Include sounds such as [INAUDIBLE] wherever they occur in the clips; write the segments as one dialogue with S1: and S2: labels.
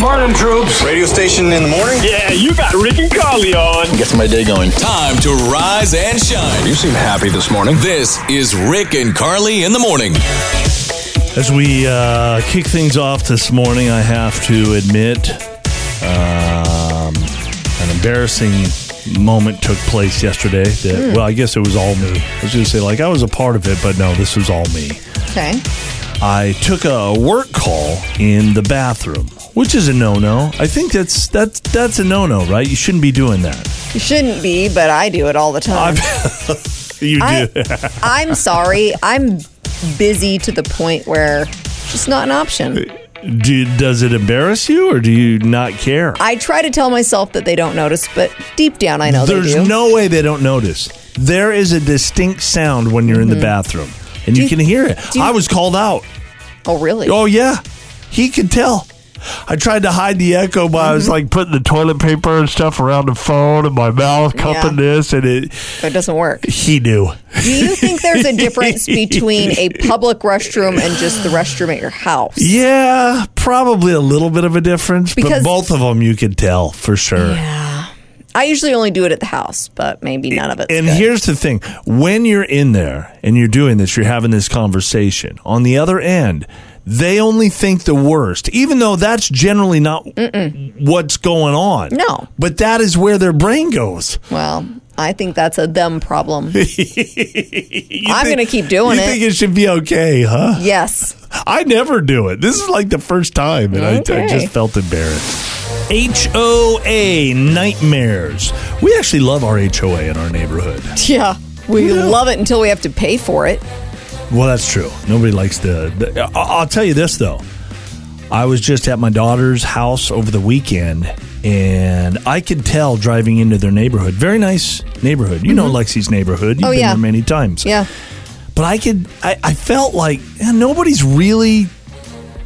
S1: Morning, troops.
S2: Radio station in the morning?
S3: Yeah, you got Rick and Carly on.
S4: Get my day going.
S5: Time to rise and shine.
S2: You seem happy this morning.
S5: This is Rick and Carly in the morning.
S4: As we uh, kick things off this morning, I have to admit um, an embarrassing moment took place yesterday that, well, I guess it was all me. I was going to say, like, I was a part of it, but no, this was all me.
S6: Okay.
S4: I took a work call in the bathroom, which is a no-no. I think that's that's that's a no-no, right? You shouldn't be doing that.
S6: You shouldn't be, but I do it all the time.
S4: [LAUGHS] You
S6: I,
S4: do.
S6: [LAUGHS] I'm sorry. I'm busy to the point where it's just not an option.
S4: do. Does it embarrass you, or do you not care?
S6: I try to tell myself that they don't notice, but deep down I know
S4: There's
S6: they do.
S4: no way they don't notice. There is a distinct sound when you're in the bathroom, and you,
S6: you-
S4: can hear it.
S6: Mm-hmm. do you-
S4: I was called out.
S6: oh, really?
S4: Oh yeah, he could tell. I tried to hide the echo, but I
S6: Mm-hmm.
S4: was like putting the toilet paper and stuff around the phone and my mouth cupping this, and it.
S6: It doesn't work.
S4: He knew.
S6: Do you think there's a difference between a public restroom and just the restroom at your house?
S4: Yeah, probably a little bit of a difference, but
S6: Because-
S4: both of them you could tell for sure.
S6: I usually only do it at the house, but maybe none of it.
S4: And
S6: good.
S4: here's the thing when you're in there and you're doing this, you're having this conversation, on the other end, they only think the worst, even though that's generally not what's going on.
S6: No.
S4: But that is where their brain goes.
S6: well, I think that's a them
S4: [LAUGHS]
S6: problem.
S4: You
S6: I'm
S4: think-
S6: going to keep doing
S4: you
S6: it.
S4: think it should be okay, huh?
S6: yes.
S4: I never do it. This is like the first time, and I, I
S6: Okay.
S4: just felt embarrassed. HOA nightmares. We actually love our HOA in our neighborhood.
S6: [LAUGHS] Yeah. We love it until we have to pay for it.
S4: Well, that's true. Nobody likes the. the I- I'll tell you this though. I was just at my daughter's house over the weekend, and I could tell driving into their neighborhood. Very nice neighborhood. You know Lexi's neighborhood. You've
S6: Mm-hmm. Oh,
S4: been
S6: yeah.
S4: there many times.
S6: Yeah.
S4: But I could. I, I felt like eh, nobody's really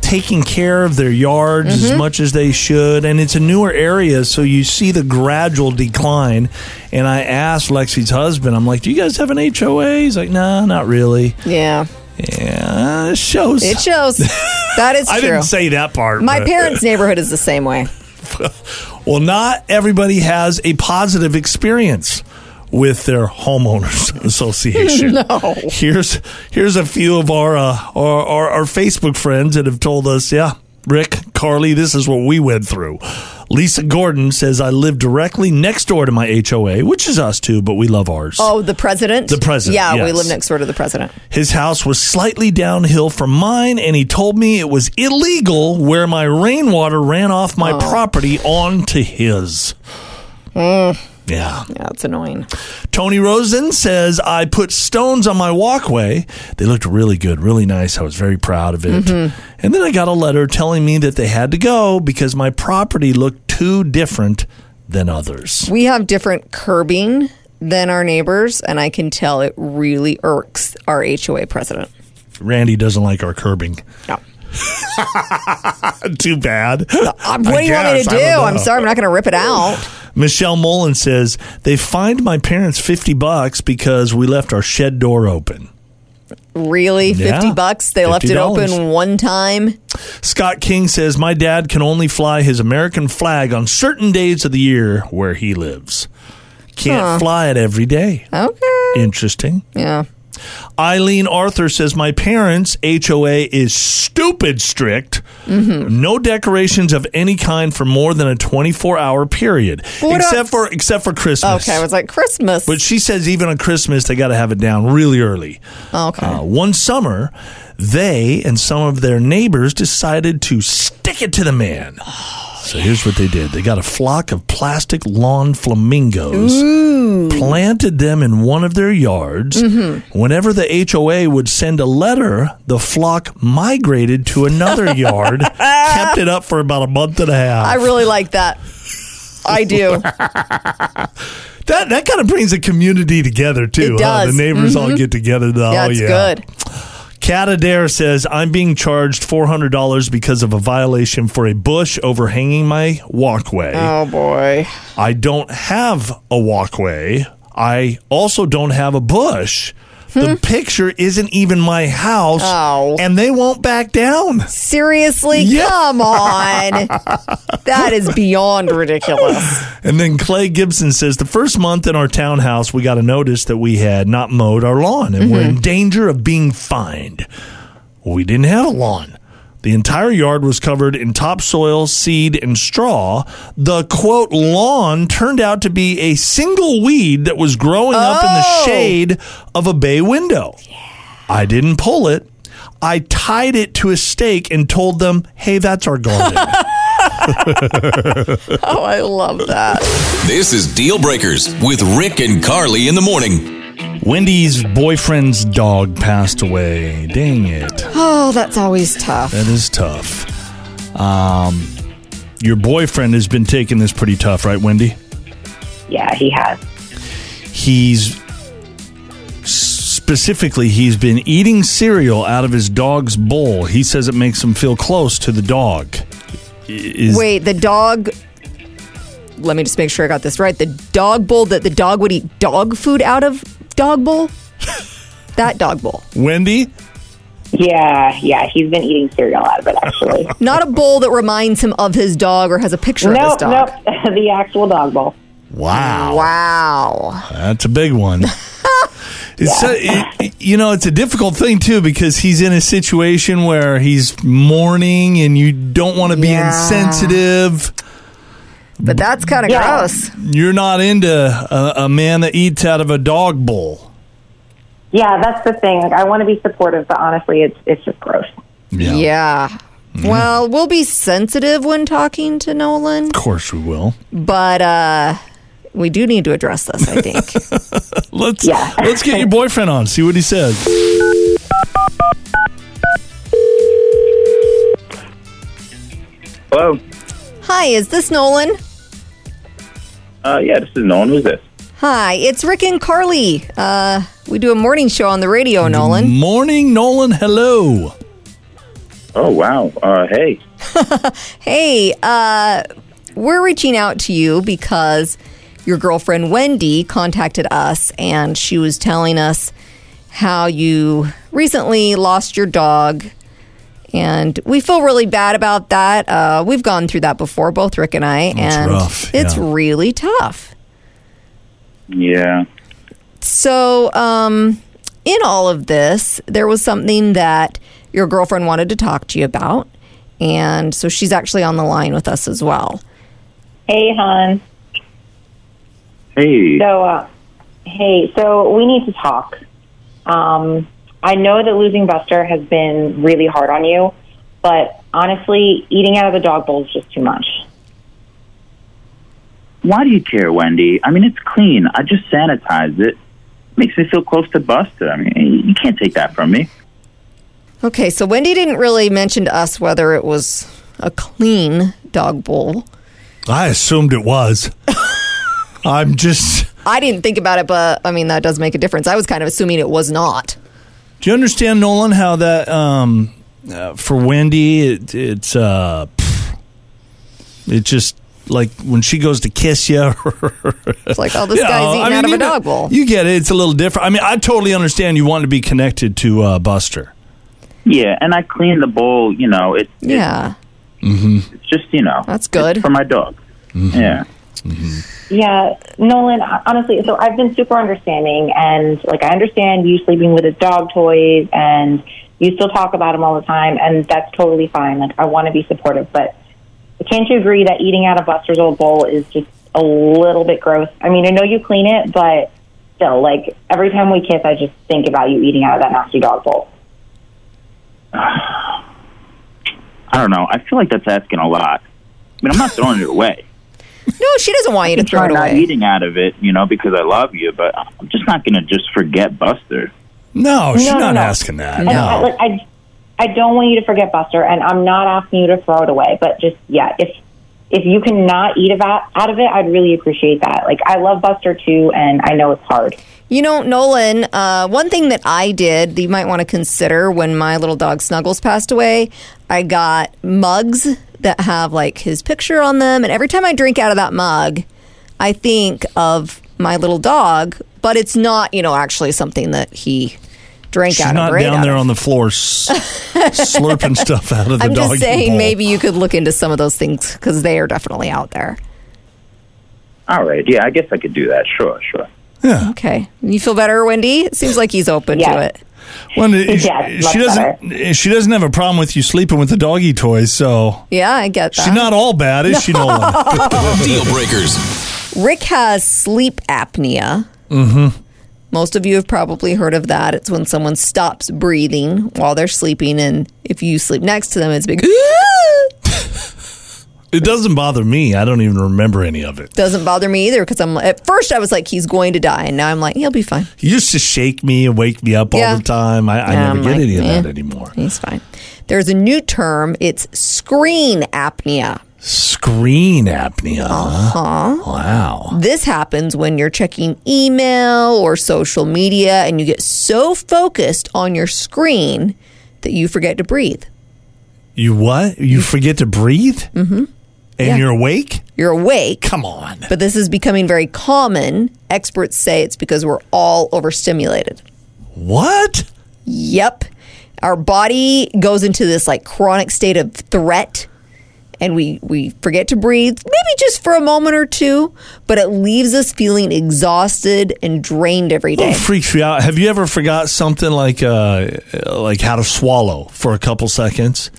S4: taking care of their yards
S6: Mm-hmm.
S4: as much as they should, and it's a newer area, so you see the gradual decline. And I asked Lexi's husband, "I'm like, do you guys have an HOA?" He's like, "Nah, not really."
S6: Yeah.
S4: Yeah, it shows.
S6: It shows. That [LAUGHS] is true.
S4: I didn't say that part.
S6: My
S4: but-
S6: parents' neighborhood is the same way.
S4: Well, not everybody has a positive experience with their homeowners [LAUGHS]
S6: [LAUGHS]
S4: association. no. Here's here's a few of our, uh, our our our Facebook friends that have told us, yeah, Rick, Carly, this is what we went through. Lisa Gordon says I live directly next door to my HOA, which is us too, but we love ours.
S6: Oh, the president?
S4: The president,
S6: Yeah, we
S4: yes.
S6: live next door to the president.
S4: His house was slightly downhill from mine, and he told me it was illegal where my rainwater ran off
S6: Oh.
S4: my property onto his.
S6: Mm.
S4: Yeah.
S6: Yeah, it's annoying.
S4: Tony Rosen says, I put stones on my walkway. They looked really good, really nice. I was very proud of it.
S6: Mm-hmm.
S4: And then I got a letter telling me that they had to go because my property looked too different than others.
S6: We have different curbing than our neighbors, and I can tell it really irks our HOA president.
S4: Randy doesn't like our curbing. [LAUGHS]
S6: No.
S4: Too bad.
S6: Uh, What do you want me to do? I'm sorry, I'm not going to rip it out.
S4: Michelle Mullen says they fined my parents fifty bucks because we left our shed door open.
S6: Really?
S4: Yeah.
S6: 50 bucks? They left it
S4: $50.
S6: open one time?
S4: Scott King says my dad can only fly his American flag on certain days of the year where he lives. Can't fly it every day.
S6: Okay.
S4: Interesting.
S6: Yeah.
S4: Eileen Arthur says my parents' HOA is stupid strict.
S6: Mm-hmm.
S4: No decorations of any kind for more than a twenty-four hour period,
S6: What a-
S4: except for except for Christmas.
S6: Okay, I was like, Christmas.
S4: But she says even on Christmas they got to have it down really early.
S6: Oh, okay.
S4: Uh, one summer, they and some of their neighbors decided to stick it to the man. So here's what they did they got a flock of plastic lawn flamingos, planted them in one of their yards.
S6: Mm-hmm.
S4: Whenever the HOA would send a letter, the flock migrated to
S6: [LAUGHS]
S4: another yard, kept it up for about a month and a half.
S6: I really like that. I [LAUGHS] do.
S4: That that kind of brings a community together too.
S6: It
S4: huh?
S6: does. Mm-hmm.
S4: The neighbors all get together. To,
S6: Yeah,
S4: oh,
S6: it's
S4: yeah.
S6: good.
S4: Cat Adair says I'm being charged four hundred dollars because of a violation for a bush overhanging my walkway.
S6: Oh boy.
S4: I don't have a walkway. I also don't have a bush. The picture isn't even my house,
S6: Oh.
S4: and they won't back down.
S6: Seriously?
S4: Yeah.
S6: Come [LAUGHS] on. that is beyond ridiculous.
S4: And then Clay Gibson says the first month in our townhouse, we got a notice that we had not mowed our lawn and we're in danger of being fined. Well, we didn't have a lawn. The entire yard was covered in topsoil, seed, and straw. The quote lawn turned out to be a single weed that was growing up in the
S6: Oh.
S4: shade of a bay window. I didn't pull it. I tied it to a stake and told them, hey, that's our garden.
S6: [LAUGHS] Oh, I love that.
S5: This is Deal Breakers with Rick and Carly in the morning.
S4: Wendy's boyfriend's dog passed away. Dang it.
S6: Oh, that's always tough.
S4: That is tough. Um, your boyfriend has been taking this pretty tough, right, Wendy?
S1: Yeah, he has.
S4: He's specifically he's been eating cereal out of his dog's bowl. He says it makes him feel close to the dog. I- Is,
S6: Wait, the dog. Let me just make sure I got this right. The dog bowl that the dog would eat dog food out of dog bowl? [LAUGHS] That dog bowl.
S4: Wendy?
S1: Yeah, Uh, yeah, he's been eating cereal out of it actually.
S6: Not a bowl that reminds him of his dog or has a picture of his
S1: nope,
S6: dog.
S1: nope, [LAUGHS] the actual dog bowl.
S4: Wow.
S6: Wow.
S4: That's a big
S6: [LAUGHS]
S4: one. It's so- it- you know, it's a difficult thing too because he's in a situation where he's mourning, and you don't want to be
S6: Yeah.
S4: insensitive.
S6: But that's kind of
S1: Yeah.
S6: gross.
S4: You're not into a, a man that eats out of a dog bowl.
S1: Yeah, that's the thing. Like, I want to be supportive, but honestly, it's it's just gross.
S4: Yeah.
S6: Yeah. Well, we'll be sensitive when talking to Nolan,
S4: Of course we will.
S6: but uh we do need to address this, I think.
S4: Let's
S1: Yeah.
S4: [LAUGHS] let's get your boyfriend on. See what he says.
S7: Hello.
S6: Hi, is this Nolan?
S7: Uh, yeah, this is Nolan. Who's this?
S6: Hi, it's Rick and Carly. Uh, we do a morning show on the radio, Nolan.
S4: Morning, Nolan. Hello.
S7: Oh wow. Uh, hey.
S6: Hey, uh, we're reaching out to you because your girlfriend Wendy contacted us and she was telling us how you recently lost your dog. And we feel really bad about that. Uh, we've gone through that before, both Rick and I, and
S4: rough,
S6: it's
S4: yeah.
S6: really tough.
S7: Yeah.
S6: So, um, in all of this, there was something that your girlfriend wanted to talk to you about. And so she's actually on the line with us as well.
S1: Hey, hon.
S7: Hey.
S1: So, uh, hey, so we need to talk. Um, I know that losing Buster has been really hard on you, but honestly, eating out of the dog bowl is just too much.
S7: Why do you care, Wendy? I mean, it's clean. I just sanitized it. Makes me feel close to Buster. I mean, you can't take that from me.
S6: Okay, so Wendy didn't really mention to us whether it was a clean dog bowl.
S4: I assumed it
S6: [LAUGHS]
S4: was. I'm just.
S6: I didn't think about it, but I mean, that does make a difference. I was kind of assuming it was not.
S4: Do you understand, Nolan, how that um, uh, for Wendy, it, it's uh, pff, it just like when she goes to kiss you. [LAUGHS]
S6: It's like, oh, this
S4: you know,
S6: guy's
S4: I
S6: eating
S4: mean,
S6: out of
S4: you
S6: a
S4: know-
S6: dog bowl.
S4: You get it. It's a little different. I mean, I totally understand you want to be connected to uh, Buster.
S7: Yeah, and I cleaned the bowl. You know, it's
S6: yeah.
S7: it's just you know.
S6: That's good.
S7: it's for my dog. Yeah.
S1: Yeah, Nolan, honestly, so I've been super understanding and like I understand you sleeping with his dog toys and you still talk about him all the time and that's totally fine. Like I want to be supportive, but can't you agree that eating out of Buster's old bowl is just a little bit gross? I mean, I know you clean it, but still like every time we kiss, I just think about you eating out of that nasty dog bowl.
S7: I don't know. I feel like that's asking a lot. I mean, I'm not throwing it
S6: [LAUGHS]
S7: away.
S6: No, she doesn't want you to throw
S7: I'm
S6: it
S7: not
S6: away.
S7: eating out of it, you know, because I love you. But I'm just not going to just forget Buster.
S4: No, she's
S1: no,
S4: not
S1: no.
S4: asking that.
S1: And I,
S4: No.
S1: like, I, I don't want you to forget Buster, and I'm not asking you to throw it away. But just yeah, if if you cannot eat about out of it, I'd really appreciate that. Like I love Buster too, and I know it's hard.
S6: You know, Nolan, uh, one thing that I did that you might want to consider when my little dog Snuggles passed away, I got mugs that have like his picture on them. And every time I drink out of that mug, I think of my little dog but it's not, you know, actually something that he drank
S4: She's
S6: out
S4: not
S6: of. or ate
S4: down
S6: out
S4: there
S6: of.
S4: on the floor
S6: [LAUGHS]
S4: s- slurping stuff out of the
S6: I'm
S4: doggy
S6: just saying,
S4: bowl.
S6: maybe you could look into some of those things because they are definitely out there.
S7: All right. Yeah, I guess I could do that. Sure, sure.
S4: Yeah.
S6: Okay, you feel better, Wendy? It seems like he's open to
S1: Yeah.
S6: it.
S4: Well, it-
S1: Yeah, it's
S4: she
S1: much
S4: doesn't. She doesn't have a problem with you sleeping with the doggy toys, so
S6: Yeah, I get that.
S4: she's not all bad, is she,
S6: [LAUGHS]
S4: Nolan?
S5: Deal breakers.
S6: Rick has sleep apnea. Mm-hmm. Most of you have probably heard of that. It's when someone stops breathing while they're sleeping, and if you sleep next to them, it's big.
S4: It doesn't bother me. I don't even remember any of it.
S6: Doesn't bother me either because I'm at first I was like he's going to die, and now I'm like he'll be fine.
S4: He used to shake me and wake me up
S6: Yeah.
S4: all the time. I, I
S6: Yeah,
S4: never
S6: I'm
S4: get
S6: like,
S4: any of that
S6: eh.
S4: anymore.
S6: He's fine. There's a new term. It's screen apnea.
S4: Screen apnea.
S6: Uh-huh.
S4: huh Wow.
S6: This happens when you're checking email or social media and you get so focused on your screen that you forget to breathe.
S4: You what? You forget to breathe? Mm-hmm. And
S6: Yeah.
S4: you're awake?
S6: You're awake,
S4: Come on.
S6: but this is becoming very common. Experts say it's because we're all overstimulated.
S4: What?
S6: Yep. Our body goes into this like chronic state of threat and we, we forget to breathe, maybe just for a moment or two, but it leaves us feeling exhausted and drained every day.
S4: It freaks you out. Have you ever forgot something like uh, like how to swallow for a couple seconds?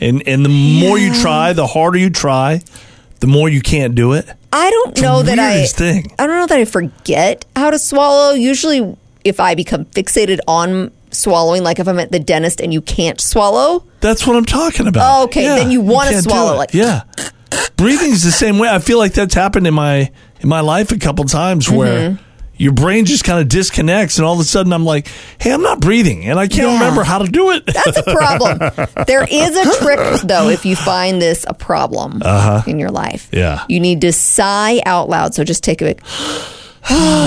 S4: And and the more you try, the harder you try, the more you can't do it.
S6: I don't
S4: the
S6: know that I
S4: weirdest thing.
S6: I don't know that I forget how to swallow. Usually if I become fixated on swallowing, like if I'm at the dentist and you can't swallow,
S4: That's what I'm talking about.
S6: Oh, okay. Then you wanna
S4: can't do
S6: swallow it.
S4: Yeah. Breathing's the same way. I feel like that's happened in my in my life a couple times where
S6: Mm-hmm.
S4: your brain just kind of disconnects and all of a sudden I'm like, "Hey, I'm not breathing." And I can't
S6: Yeah.
S4: remember how to do
S6: [LAUGHS]
S4: it.
S6: that's a problem. there is a trick, though, if you find this a problem in your life.
S4: Uh-huh. Yeah.
S6: You need to sigh out loud. So just take a big, [SIGHS]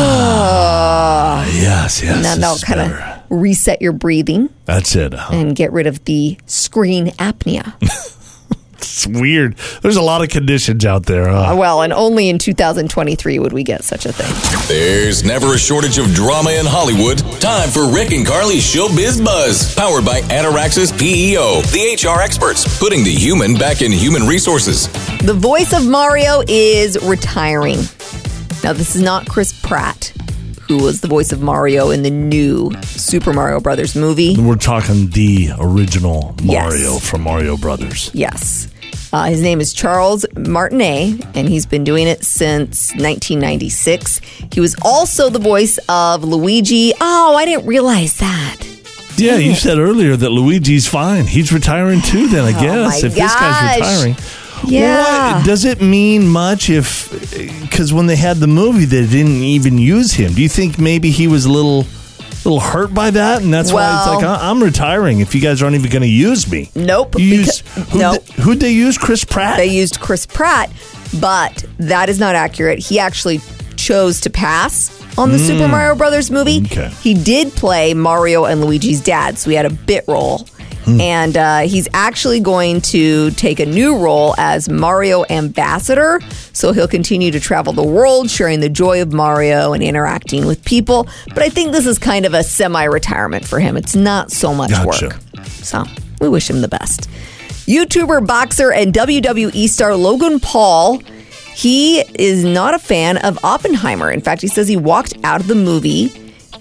S4: yes, yes.
S6: and then that'll
S4: Ah, this is
S6: kind
S4: better.
S6: of reset your breathing
S4: That's it. huh?
S6: and get rid of the
S4: [LAUGHS]
S6: screen apnea.
S4: It's weird. There's a lot of conditions out there. Huh?
S6: well, and only in 2023 would we get such a thing.
S5: There's never a shortage of drama in Hollywood. Time for Rick and Carly's Showbiz Buzz, powered by Ataraxis PEO, the HR experts, putting the human back in human resources.
S6: The voice of Mario is retiring. Now, this is not Chris Pratt, who was the voice of Mario in the new Super Mario Brothers movie.
S4: We're talking the original
S6: Yes.
S4: Mario from Mario Brothers.
S6: Yes. Uh, his name is Charles Martinet, and he's been doing it since 1996. He was also the voice of Luigi. Oh, I didn't realize that.
S4: Yeah, you said earlier that Luigi's fine. He's retiring too. Then I guess
S6: Oh my
S4: if this guy's
S6: gosh.
S4: retiring,
S6: Yeah.
S4: What- does it mean much if? Because when they had the movie, they didn't even use him. Do you think maybe he was a little, little hurt by that, and that's why
S6: Well-
S4: it's like I- I'm retiring if you guys aren't even going to use me?
S6: Nope,
S4: You
S6: becau-
S4: used who?
S6: nope.
S4: Who'd they use? Chris Pratt.
S6: They used Chris Pratt, but that is not accurate. He actually chose to pass on the Super Mario Brothers movie.
S4: Hmm. Okay.
S6: He did play Mario and Luigi's dad, so he had a bit role.
S4: Hmm.
S6: And uh, he's actually going to take a new role as Mario Ambassador. So he'll continue to travel the world, sharing the joy of Mario and interacting with people. But I think this is kind of a semi retirement for him. It's not so much
S4: Gotcha.
S6: work. So we wish him the best. YouTuber, boxer, and WWE star Logan Paul. He is not a fan of Oppenheimer. In fact, he says he walked out of the movie.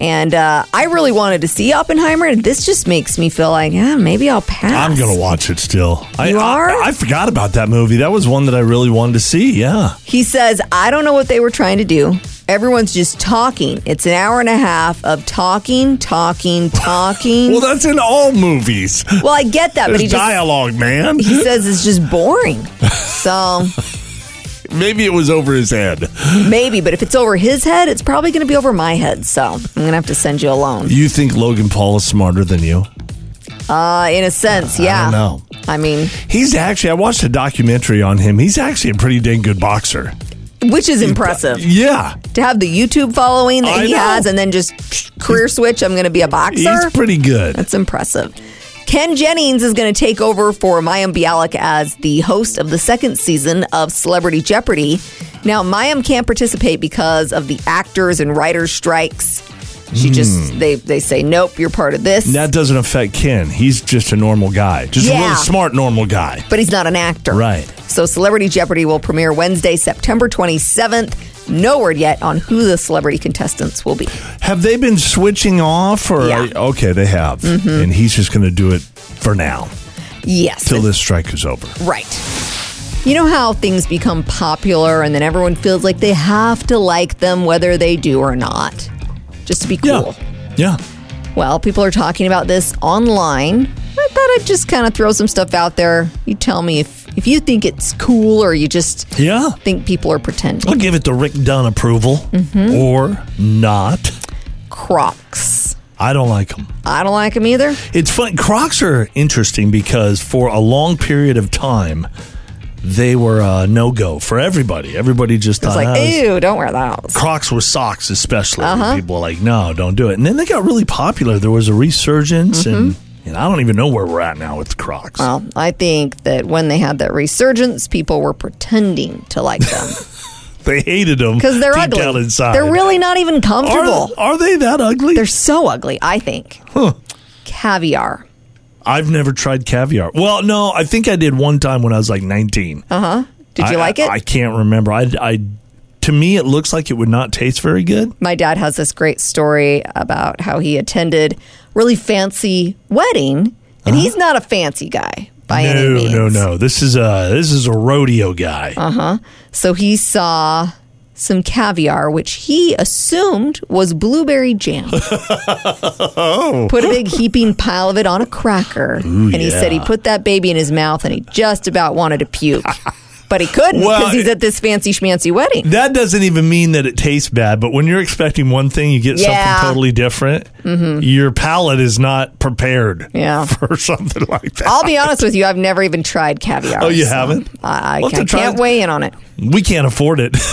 S6: And uh, I really wanted to see Oppenheimer. and This just makes me feel like, yeah, maybe I'll pass.
S4: I'm gonna watch it still. I,
S6: You
S4: I-
S6: are?
S4: I, forgot about that movie. That was one that I really wanted to see. Yeah,
S6: He says, I don't know what they were trying to do. Everyone's just talking. It's an hour and a half of talking, talking, [LAUGHS] talking.
S4: well, that's in all movies.
S6: well, I get that, [LAUGHS] but
S4: There's
S6: he just
S4: dialogue, man.
S6: he says it's just boring.
S4: [LAUGHS]
S6: So
S4: Maybe it was over his head.
S6: Maybe, but if it's over his head, it's probably going to be over my head. So I'm going to have to send you alone.
S4: You think Logan Paul is smarter than you?
S6: Uh, in a sense, yeah.
S4: don't know.
S6: I mean,
S4: He's actually. I watched a documentary on him. He's actually a pretty dang good boxer.
S6: which is impressive
S4: Yeah,
S6: to have the YouTube following that
S4: I
S6: he
S4: know.
S6: has, and then just psh, career switch. I'm going to be a boxer.
S4: he's pretty good.
S6: That's impressive. Ken Jennings is going to take over for Mayim Bialik as the host of the second season of Celebrity Jeopardy. Now, Mayim can't participate because of the actors and writers strikes. She
S4: Hmm.
S6: just they they say nope, you're part of this.
S4: That doesn't affect Ken. He's just a normal guy, just a
S6: Yeah.
S4: really smart normal guy.
S6: But he's not an actor.
S4: Right.
S6: So Celebrity Jeopardy will premiere Wednesday, September 27th. No word yet on who the celebrity contestants will be.
S4: Have they been switching off or
S6: Yeah. Mm-hmm.
S4: okay? They have, and he's just going to do it for now
S6: Yes.
S4: till this strike is over.
S6: Right. You know how things become popular and then everyone feels like they have to like them whether they do or not, just to be cool.
S4: yeah.
S6: Well, people are talking about this online. I thought I'd just kind of throw some stuff out there. You tell me if, if you think it's cool or you just
S4: Yeah.
S6: think people are pretending.
S4: I'll give it the Rick Dunn approval
S6: Mm-hmm.
S4: or not.
S6: Crocs.
S4: I don't like them.
S6: I don't like them either.
S4: It's fun. Crocs are interesting because for a long period of time, they were a no go for everybody. Everybody just
S6: It's
S4: thought,
S6: like,
S4: "Ah, this-
S6: ew, Uh-huh. don't wear those.
S4: Crocs with socks, especially. People were like, no, don't do it. And then they got really popular. There was a resurgence, and, and I don't even know where we're at now with the Crocs.
S6: Mm-hmm. Well, I think that when they had that resurgence, people were pretending to
S4: [LAUGHS]
S6: like them
S4: They hated them
S6: because they're
S4: deep
S6: ugly.
S4: down inside.
S6: They're really not even comfortable.
S4: are, are they that ugly?
S6: They're so ugly, I think. Caviar.
S4: I've never tried caviar. Well, no, I think I did one time when I was like 19.
S6: Oh, Did you
S4: I-
S6: like it?
S4: I can't remember. I, I, to me, it looks like it would not taste very good.
S6: My dad has this great story about how he attended really fancy wedding, and he's not a fancy guy by any
S4: Uh-huh. No,
S6: means.
S4: no, no. This is a this is a rodeo guy.
S6: Uh. So he saw some caviar, which he assumed was blueberry jam.
S4: [LAUGHS] Oh.
S6: Put a big heaping pile of it on a cracker. and he said he
S4: yeah.
S6: put that baby in his mouth and he just about wanted to puke. But he couldn't
S4: Well,
S6: because he's at this fancy schmancy wedding.
S4: that doesn't even mean that it tastes bad, but when you're expecting one thing, you get
S6: Yeah. Mm-hmm.
S4: something totally different. Your palate is not prepared
S6: Yeah.
S4: [LAUGHS] for something like that.
S6: I'll be honest with you, I've never even tried caviar.
S4: Oh, you
S6: so
S4: haven't?
S6: I, I
S4: We'll have to
S6: can't,
S4: try
S6: can't
S4: it.
S6: weigh in on it.
S4: we can't afford it. [LAUGHS]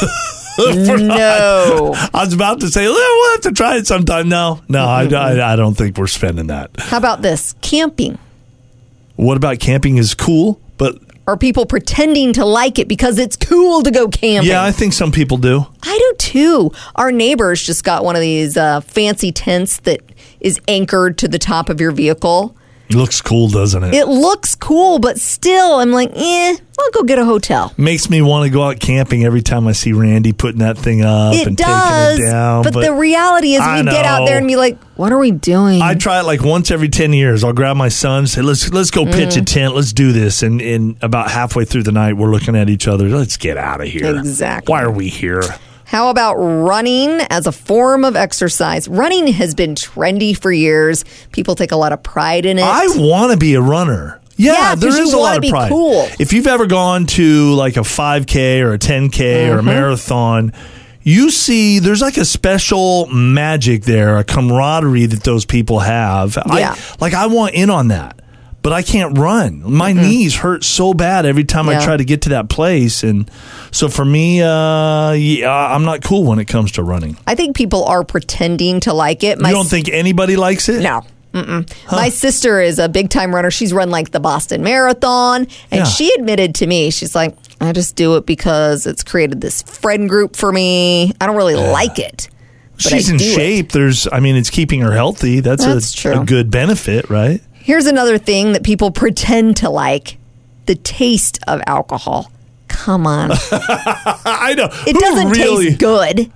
S6: No.
S4: I was about to say, "Eh, we'll have to try it sometime. No, no, I,
S6: Mm-hmm.
S4: I, I don't think we're spending that.
S6: How about this? Camping.
S4: What about camping is cool, but
S6: Are people pretending to like it because it's cool to go camping?
S4: yeah, I think some people do.
S6: I do too. Our neighbors just got one of these uh, fancy tents that is anchored to the top of your vehicle.
S4: It looks cool, doesn't it?
S6: It looks cool, but still, I'm like, eh, I'll go get a hotel.
S4: Makes me want to go out camping every time I see Randy putting that thing up
S6: It
S4: and
S6: does,
S4: taking it down.
S6: but, the reality is, we
S4: I
S6: get out there
S4: know.
S6: and be like, "What are we doing?"
S4: I try it like once every ten years. I'll grab my son, say, "Let's let's go pitch a tent. Let's do this." And and about halfway through the night, we're looking at each other. Let's get out of here.
S6: Exactly.
S4: Why are we here?
S6: How about running as a form of exercise? Running has been trendy for years. People take a lot of pride in it.
S4: I want to be a runner. Yeah,
S6: Yeah, 'cause
S4: there
S6: you
S4: is a
S6: wanna
S4: lot of
S6: be
S4: pride.
S6: cool.
S4: If you've ever gone to like a 5K or a 10K
S6: Mm-hmm.
S4: or a marathon, you see there's like a special magic there, a camaraderie that those people have.
S6: Yeah.
S4: I, like I want in on that, but I can't run. My knees hurt so bad every time
S6: Mm-hmm. Yeah.
S4: I try to get to that place, and so for me, uh, yeah, I'm not cool when it comes to running.
S6: I think people are pretending to like it. My
S4: you don't think anybody likes it?
S6: No. Mm-mm. My sister is a big time runner. She's run like the Boston Marathon. And
S4: Yeah.
S6: she admitted to me, she's like, I just do it because it's created this friend group for me. I don't really like it. but I
S4: She's in
S6: do it."
S4: shape. There's, I mean, it's keeping her healthy. That's,
S6: That's
S4: a,
S6: true.
S4: a good benefit, right?
S6: Here's another thing that people pretend to like the taste of alcohol.
S4: [LAUGHS]
S6: Come on.
S4: I know.
S6: It doesn't taste good.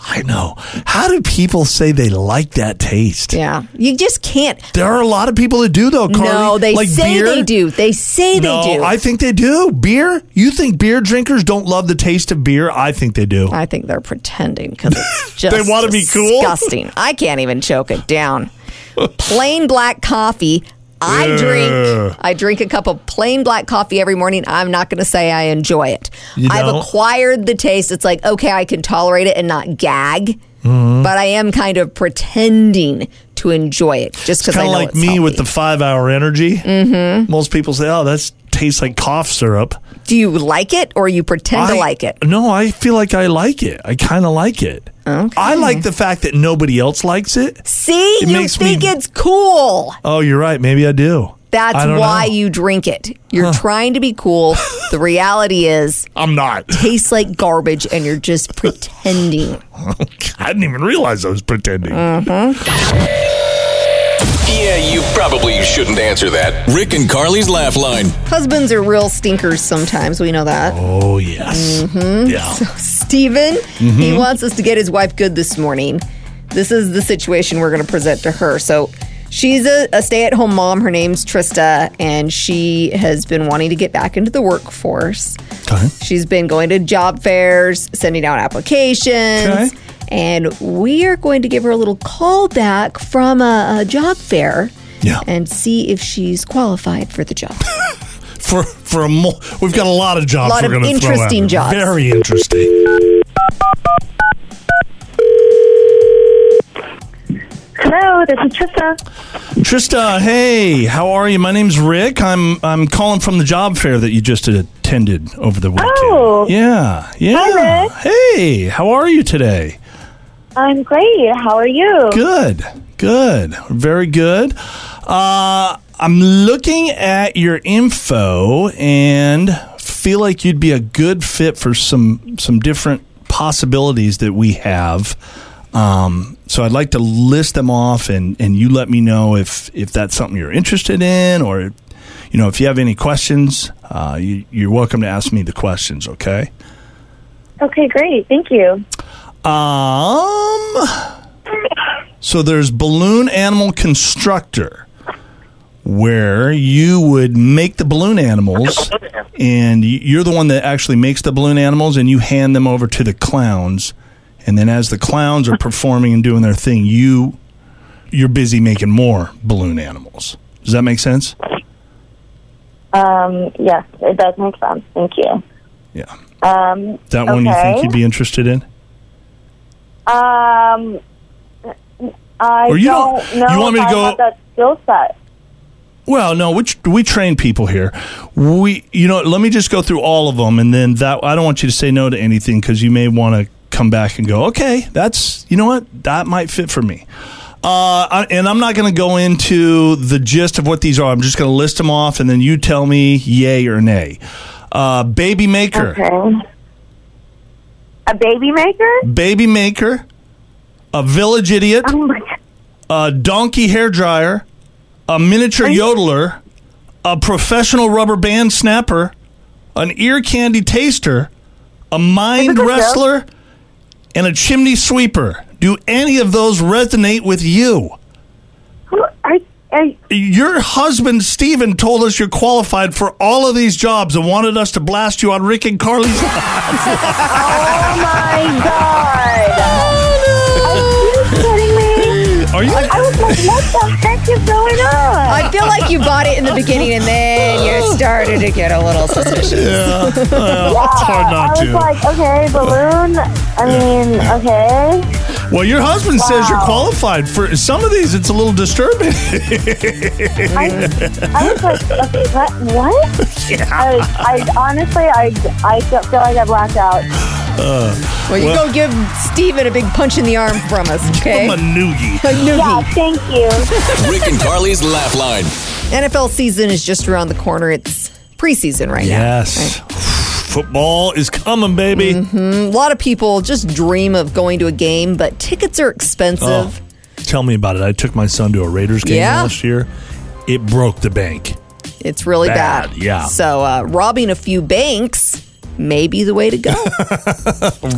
S4: I know. How do people say they like that taste?
S6: Yeah. You just can't.
S4: There are a lot of people that do, though, Carly.
S6: no, they
S4: like
S6: say
S4: beer.
S6: they do. They say
S4: no,
S6: they do.
S4: I think they do. Beer? You think beer drinkers don't love the taste of beer? I think they do.
S6: I think they're pretending because it's
S4: [LAUGHS]
S6: just
S4: They wanna be cool?
S6: Disgusting. I can't even choke it down. plain black coffee. I drink. I drink a cup of plain black coffee every morning. I'm not going to say I enjoy it.
S4: You
S6: I've
S4: don't?
S6: acquired the taste. It's like okay, I can tolerate it and not gag,
S4: Mm-hmm.
S6: but I am kind of pretending to enjoy it just because I
S4: Kind
S6: know
S4: of like
S6: it's
S4: me with the
S6: healthy.
S4: five hour energy. Mm-hmm. Most people say, oh, that tastes like cough syrup.
S6: Do you like it or you pretend
S4: I
S6: to like it?
S4: No, I feel like I like it. I kind of like it. I like the fact that nobody else likes it.
S6: See, you
S4: makes me-
S6: think it's cool.
S4: Oh, you're right. Maybe I do.
S6: That's
S4: I don't
S6: why
S4: know.
S6: you drink it. You're trying to be cool. The reality is,
S4: I'm not. [LAUGHS]
S6: tastes like garbage, and you're just pretending.
S4: I didn't even realize I was pretending.
S6: Mm.
S5: Yeah, you probably shouldn't answer that. Rick and Carly's laugh line.
S6: Husbands are real stinkers sometimes. We know that.
S4: Oh yes.
S6: Mm-hmm. [LAUGHS]
S4: Yeah.
S6: Steven, he
S4: Mm-hmm.
S6: wants us to get his wife good this morning. This is the situation we're going to present to her. So she's a, a stay at home mom. Her name's Trista, and she has been wanting to get back into the workforce.
S4: Okay.
S6: She's been going to job fairs, sending out applications.
S4: Okay.
S6: And we are going to give her a little call back from a, a job fair
S4: Yeah.
S6: and see if she's qualified for the job.
S4: For for a mo- we've got a lot of jobs.
S6: Lot
S4: we're
S6: of
S4: gonna throw at
S6: interesting
S4: her.
S6: jobs.
S4: Very interesting.
S8: Hello, this is Trista.
S4: Trista, hey, how are you? My name's Rick. I'm I'm calling from the job fair that you just attended over the weekend.
S8: Oh.
S4: Yeah. Yeah.
S8: Rick.
S4: Hey, how are you today?
S8: I'm great. How are you?
S4: Good, good, very good. Uh, I'm looking at your info and feel like you'd be a good fit for some some different possibilities that we have. Um, so I'd like to list them off, and and you let me know if if that's something you're interested in, or you know if you have any questions. Uh, you, you're welcome to ask me the questions. Okay.
S8: Okay, great. Thank you.
S4: Um. So there's balloon animal constructor, where you would make the balloon animals, and y- you're the one that actually makes the balloon animals, and you hand them over to the clowns, and then as the clowns are performing and doing their thing, you you're busy making more balloon animals. Does that make sense?
S8: Um, yes, it does make sense. Thank you.
S4: Yeah.
S8: Um,
S4: That one you think
S8: Okay.
S4: you'd be interested in?
S8: um, I
S4: Or you
S8: don't,
S4: don't-
S8: know
S4: you want me
S8: if
S4: to
S8: I
S4: go-
S8: have that skill set.
S4: Well, no, we, tr- we train people here. We, you know, let me just go through all of them, and then that I don't want you to say no to anything because you may want to come back and go, okay, that's you know what that might fit for me. Uh, I, and I'm not going to go into the gist of what these are. I'm just going to list them off, and then you tell me yay or nay. Uh, baby maker,
S8: Okay. A
S4: [LAUGHS]
S8: baby maker?
S4: baby maker, a village idiot,
S8: Oh my god.
S4: a donkey hair dryer, a miniature yodeler, a professional rubber band snapper, an ear candy taster, a mind
S8: Is it a
S4: wrestler, and a chimney sweeper. Do any of those resonate with you?
S8: Who are, are,
S4: Your husband Steven told us you're qualified for all of these jobs and wanted us to blast you on Rick and
S8: [LAUGHS]
S4: Carly's. [LAUGHS]
S8: oh my god. Are you kidding me?
S4: Are you?
S8: I was like, what the heck is going on?
S6: I feel like you bought it in the beginning and then you started to get a little suspicious.
S4: Yeah. Well, [LAUGHS] it's hard not
S8: I was
S4: to.
S8: like, okay, balloon. I mean,
S4: [LAUGHS]
S8: okay.
S4: well, your husband says you're qualified for some of these. It's a little disturbing. [LAUGHS]
S8: I was like, okay,
S4: [LAUGHS]
S8: what? what? I, I honestly, I, I feel feel like I blacked out.
S6: Well, you go give Steven a big punch in the arm from us, okay?
S4: I'm a noogie.
S6: A noogie.
S8: Yeah, thank you.
S5: Rick and Carly's laugh line.
S6: NFL season is just around the corner. It's preseason right Mm-hmm.
S4: Yes. [SIGHS] Football is coming, baby.
S6: now. A lot of people just dream of going to a game, but tickets are expensive.
S4: Oh, tell me about it. I took my son to a Raiders game
S6: Yeah.
S4: last year. It broke the bank.
S6: It's really
S4: Bad,
S6: bad.
S4: yeah.
S6: So uh, robbing a few banks may be the way to go.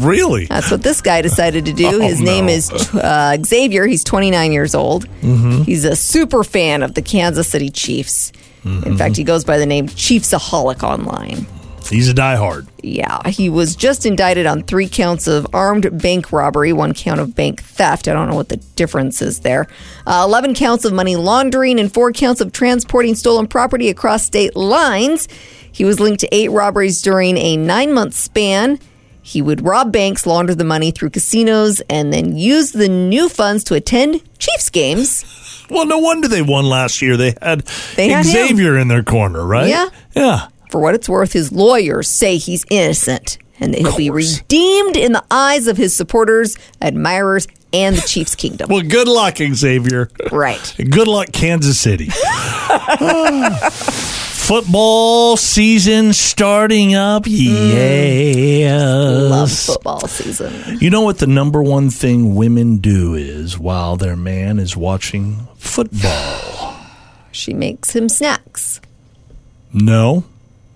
S4: Really?
S6: That's what this guy decided to do. His name
S4: no.
S6: is uh, Xavier. He's 29 years old. Mm-hmm. He's a super fan of the Kansas City Chiefs. In fact, he goes by the name Chiefsaholic online.
S4: He's a diehard.
S6: Yeah, he was just indicted on three counts of armed bank robbery, one count of bank theft. I don't know what the difference is there. Uh, 11 counts of money laundering, and four counts of transporting stolen property across state lines. He was linked to eight robberies during a nine month span. He would rob banks, launder the money through casinos, and then use the new funds to attend Chiefs games.
S4: Well, no wonder they won last year. They had
S6: They had him.
S4: Xavier in their corner, right?
S6: Yeah.
S4: Yeah.
S6: For what it's worth, his lawyers say he's innocent and that he'll be redeemed in the eyes of his supporters, admirers, and the Chiefs' kingdom.
S4: Well, good luck, Xavier.
S6: right.
S4: Good luck, Kansas City.
S6: [LAUGHS]
S4: [SIGHS] Football season starting up.
S6: Mm. Love
S4: Yes.
S6: football season.
S4: You know what the number one thing women do is while their man is watching football?
S6: She makes him snacks.
S4: No,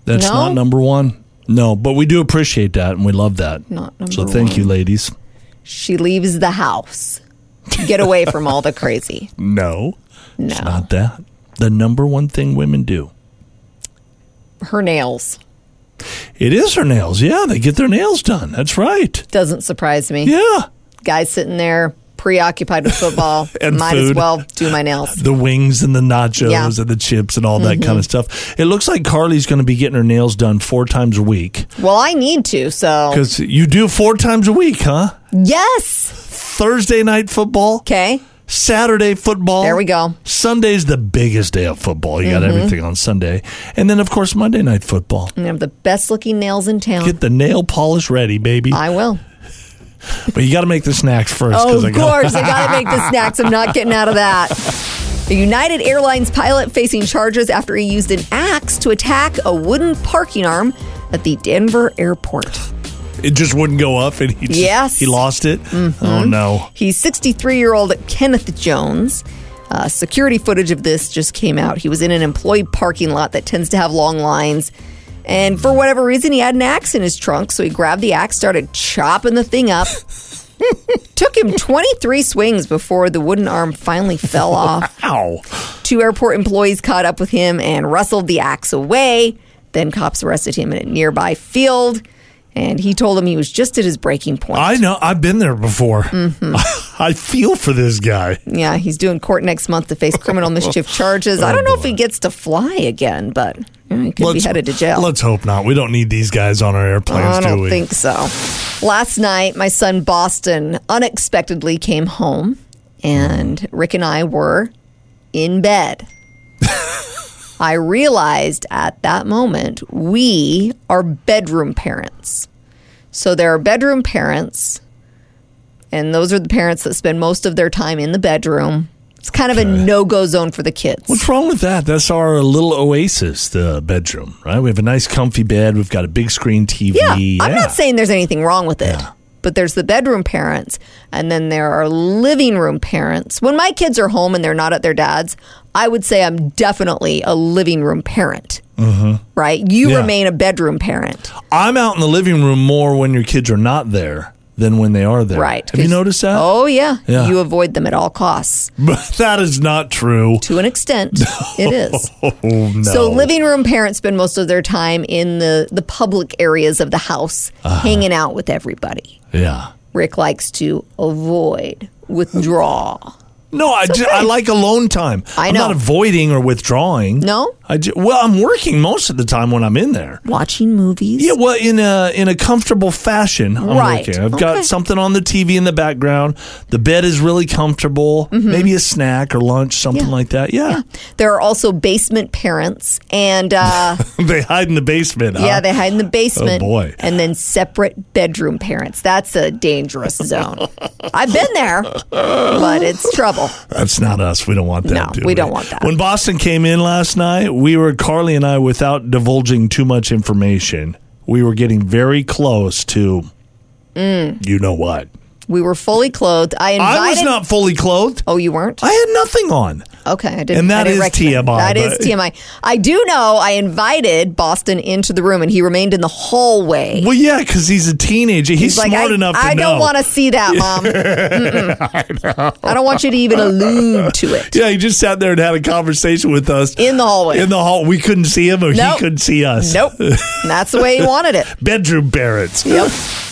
S4: that's
S6: No?
S4: not number one. No, but we do appreciate that and we love that.
S6: Not number
S4: so thank
S6: one.
S4: you, ladies.
S6: She leaves the house. to Get away from all the crazy.
S4: No,
S6: No.
S4: [LAUGHS] it's not that. The number one thing women do.
S6: Her nails.
S4: It is her nails. Yeah, they get their nails done. That's right.
S6: Doesn't surprise me.
S4: Yeah.
S6: Guys sitting there preoccupied with football.
S4: [LAUGHS] And
S6: might as
S4: food.
S6: well do my nails.
S4: the wings and the nachos
S6: Yeah. Mm-hmm.
S4: and the chips and all that kind of stuff. It looks like Carly's going to be getting her nails done four times a week
S6: Well, I need to, so
S4: because you do four times a week, huh?
S6: yes.
S4: Thursday night football,
S6: Okay.
S4: Saturday football.
S6: There we go. Mm-hmm.
S4: Sunday's the biggest day of football. You got everything on Sunday, and then of course Monday night football.
S6: I'm gonna have the best looking nails in town.
S4: Get the nail polish ready, baby.
S6: I will.
S4: but you got to make the snacks first. 'cause
S6: Oh,
S4: I
S6: of
S4: gotta-
S6: course. I got to make the snacks. I'm not getting out of that. A United Airlines pilot facing charges after he used an axe to attack a wooden parking arm at the Denver airport.
S4: [LAUGHS] it just wouldn't go up, and he just,
S6: Yes. Mm-hmm.
S4: he lost it. Oh no.
S6: He's 63 year old Kenneth Jones. Uh, security footage of this just came out. He was in an employee parking lot that tends to have long lines. And for whatever reason, he had an axe in his trunk. So he grabbed the axe, started chopping the
S4: [LAUGHS]
S6: thing up. Took him 23 swings before the wooden arm finally fell off.
S4: Ow.
S6: Two airport employees caught up with him and wrestled the axe away. Then cops arrested him in a nearby field, and he told them he was just at his breaking point.
S4: I know. I've been there before.
S6: Mm-hmm.
S4: [LAUGHS] I feel for this guy.
S6: yeah, he's doing court next month to face
S4: [LAUGHS]
S6: criminal mischief charges. I don't know if he gets to fly again, but you know, he could be headed to jail.
S4: Oh, Let's hope not. We don't need these guys on our airplanes,
S6: I
S4: do
S6: don't
S4: we?
S6: think so. Last night, my son Boston unexpectedly came home, and Rick and I were
S4: [LAUGHS]
S6: in bed. I realized at that moment we are bedroom parents. So there are bedroom parents, and those are the parents that spend most of their time in the bedroom. It's kind of a no go zone for the kids.
S4: What's wrong with that? That's our little oasis, the bedroom, right? We have a nice, comfy bed. We've got a big screen TV.
S6: Yeah, I'm not saying there's anything wrong with it. But there's the bedroom parents, and then there are living room parents. When my kids are home and they're not at their dad's, I would say I'm definitely a living room parent. Right? You
S4: Mm-hmm. Yeah.
S6: remain a bedroom parent.
S4: I'm out in the living room more when your kids are not there than when they are there.
S6: Right.
S4: Have you
S6: 'Cause-
S4: noticed that?
S6: Oh, yeah.
S4: Yeah.
S6: You avoid them at all costs.
S4: [LAUGHS] But that is not true.
S6: To
S4: [LAUGHS]
S6: an extent, it is.
S4: Oh, no.
S6: So living room parents spend most of their time in the, the public areas of the house,
S4: Uh-huh.
S6: hanging out with everybody.
S4: Yeah.
S6: Rick likes to avoid, withdraw.
S4: No, I, ju- I like alone time.
S6: I
S4: am
S6: know.
S4: not avoiding or withdrawing.
S6: No?
S4: I ju- well, I'm working most of the time when I'm in there.
S6: watching movies.
S4: Yeah, well, in a in a comfortable fashion, I'm
S6: Right.
S4: working. I've
S6: Okay.
S4: got something on the TV in the background. The bed is really comfortable. Maybe a snack or lunch, something
S6: Mm-hmm. Yeah.
S4: like that. Yeah,
S6: There are also basement parents, and uh,
S4: [LAUGHS] they hide in the basement. huh?
S6: yeah, they hide in the basement.
S4: Oh, boy.
S6: And then separate bedroom parents. That's a dangerous zone. I've been there, but it's trouble.
S4: That's not us. We don't want that.
S6: No,
S4: do
S6: we don't want that.
S4: When Boston came in last night, we were Carly and I, without divulging too much information, we were getting very close to, you know what?
S6: We were fully clothed. I Mm. invited.
S4: I was not fully clothed.
S6: Oh, you weren't.
S4: I had nothing on.
S6: Okay, I didn't.
S4: And that
S6: I didn't
S4: is
S6: recommend-
S4: TMI,
S6: That is
S4: but-
S6: TMI. I do know. I invited Boston into the room, and he remained in the hallway.
S4: Well, yeah, because he's a teenager. He's,
S6: He's like,
S4: smart
S6: I,
S4: enough to
S6: I
S4: know.
S6: don't want to see that,
S4: [LAUGHS]
S6: mom. Mm-mm. I don't want you to even allude to it.
S4: Yeah, he just sat there and had a conversation with us
S6: In the hallway.
S4: In the hall, we couldn't see him, or [LAUGHS]
S6: Nope.
S4: he couldn't see us.
S6: Nope. And that's the way he wanted it.
S4: Bedroom parents.
S6: Yep.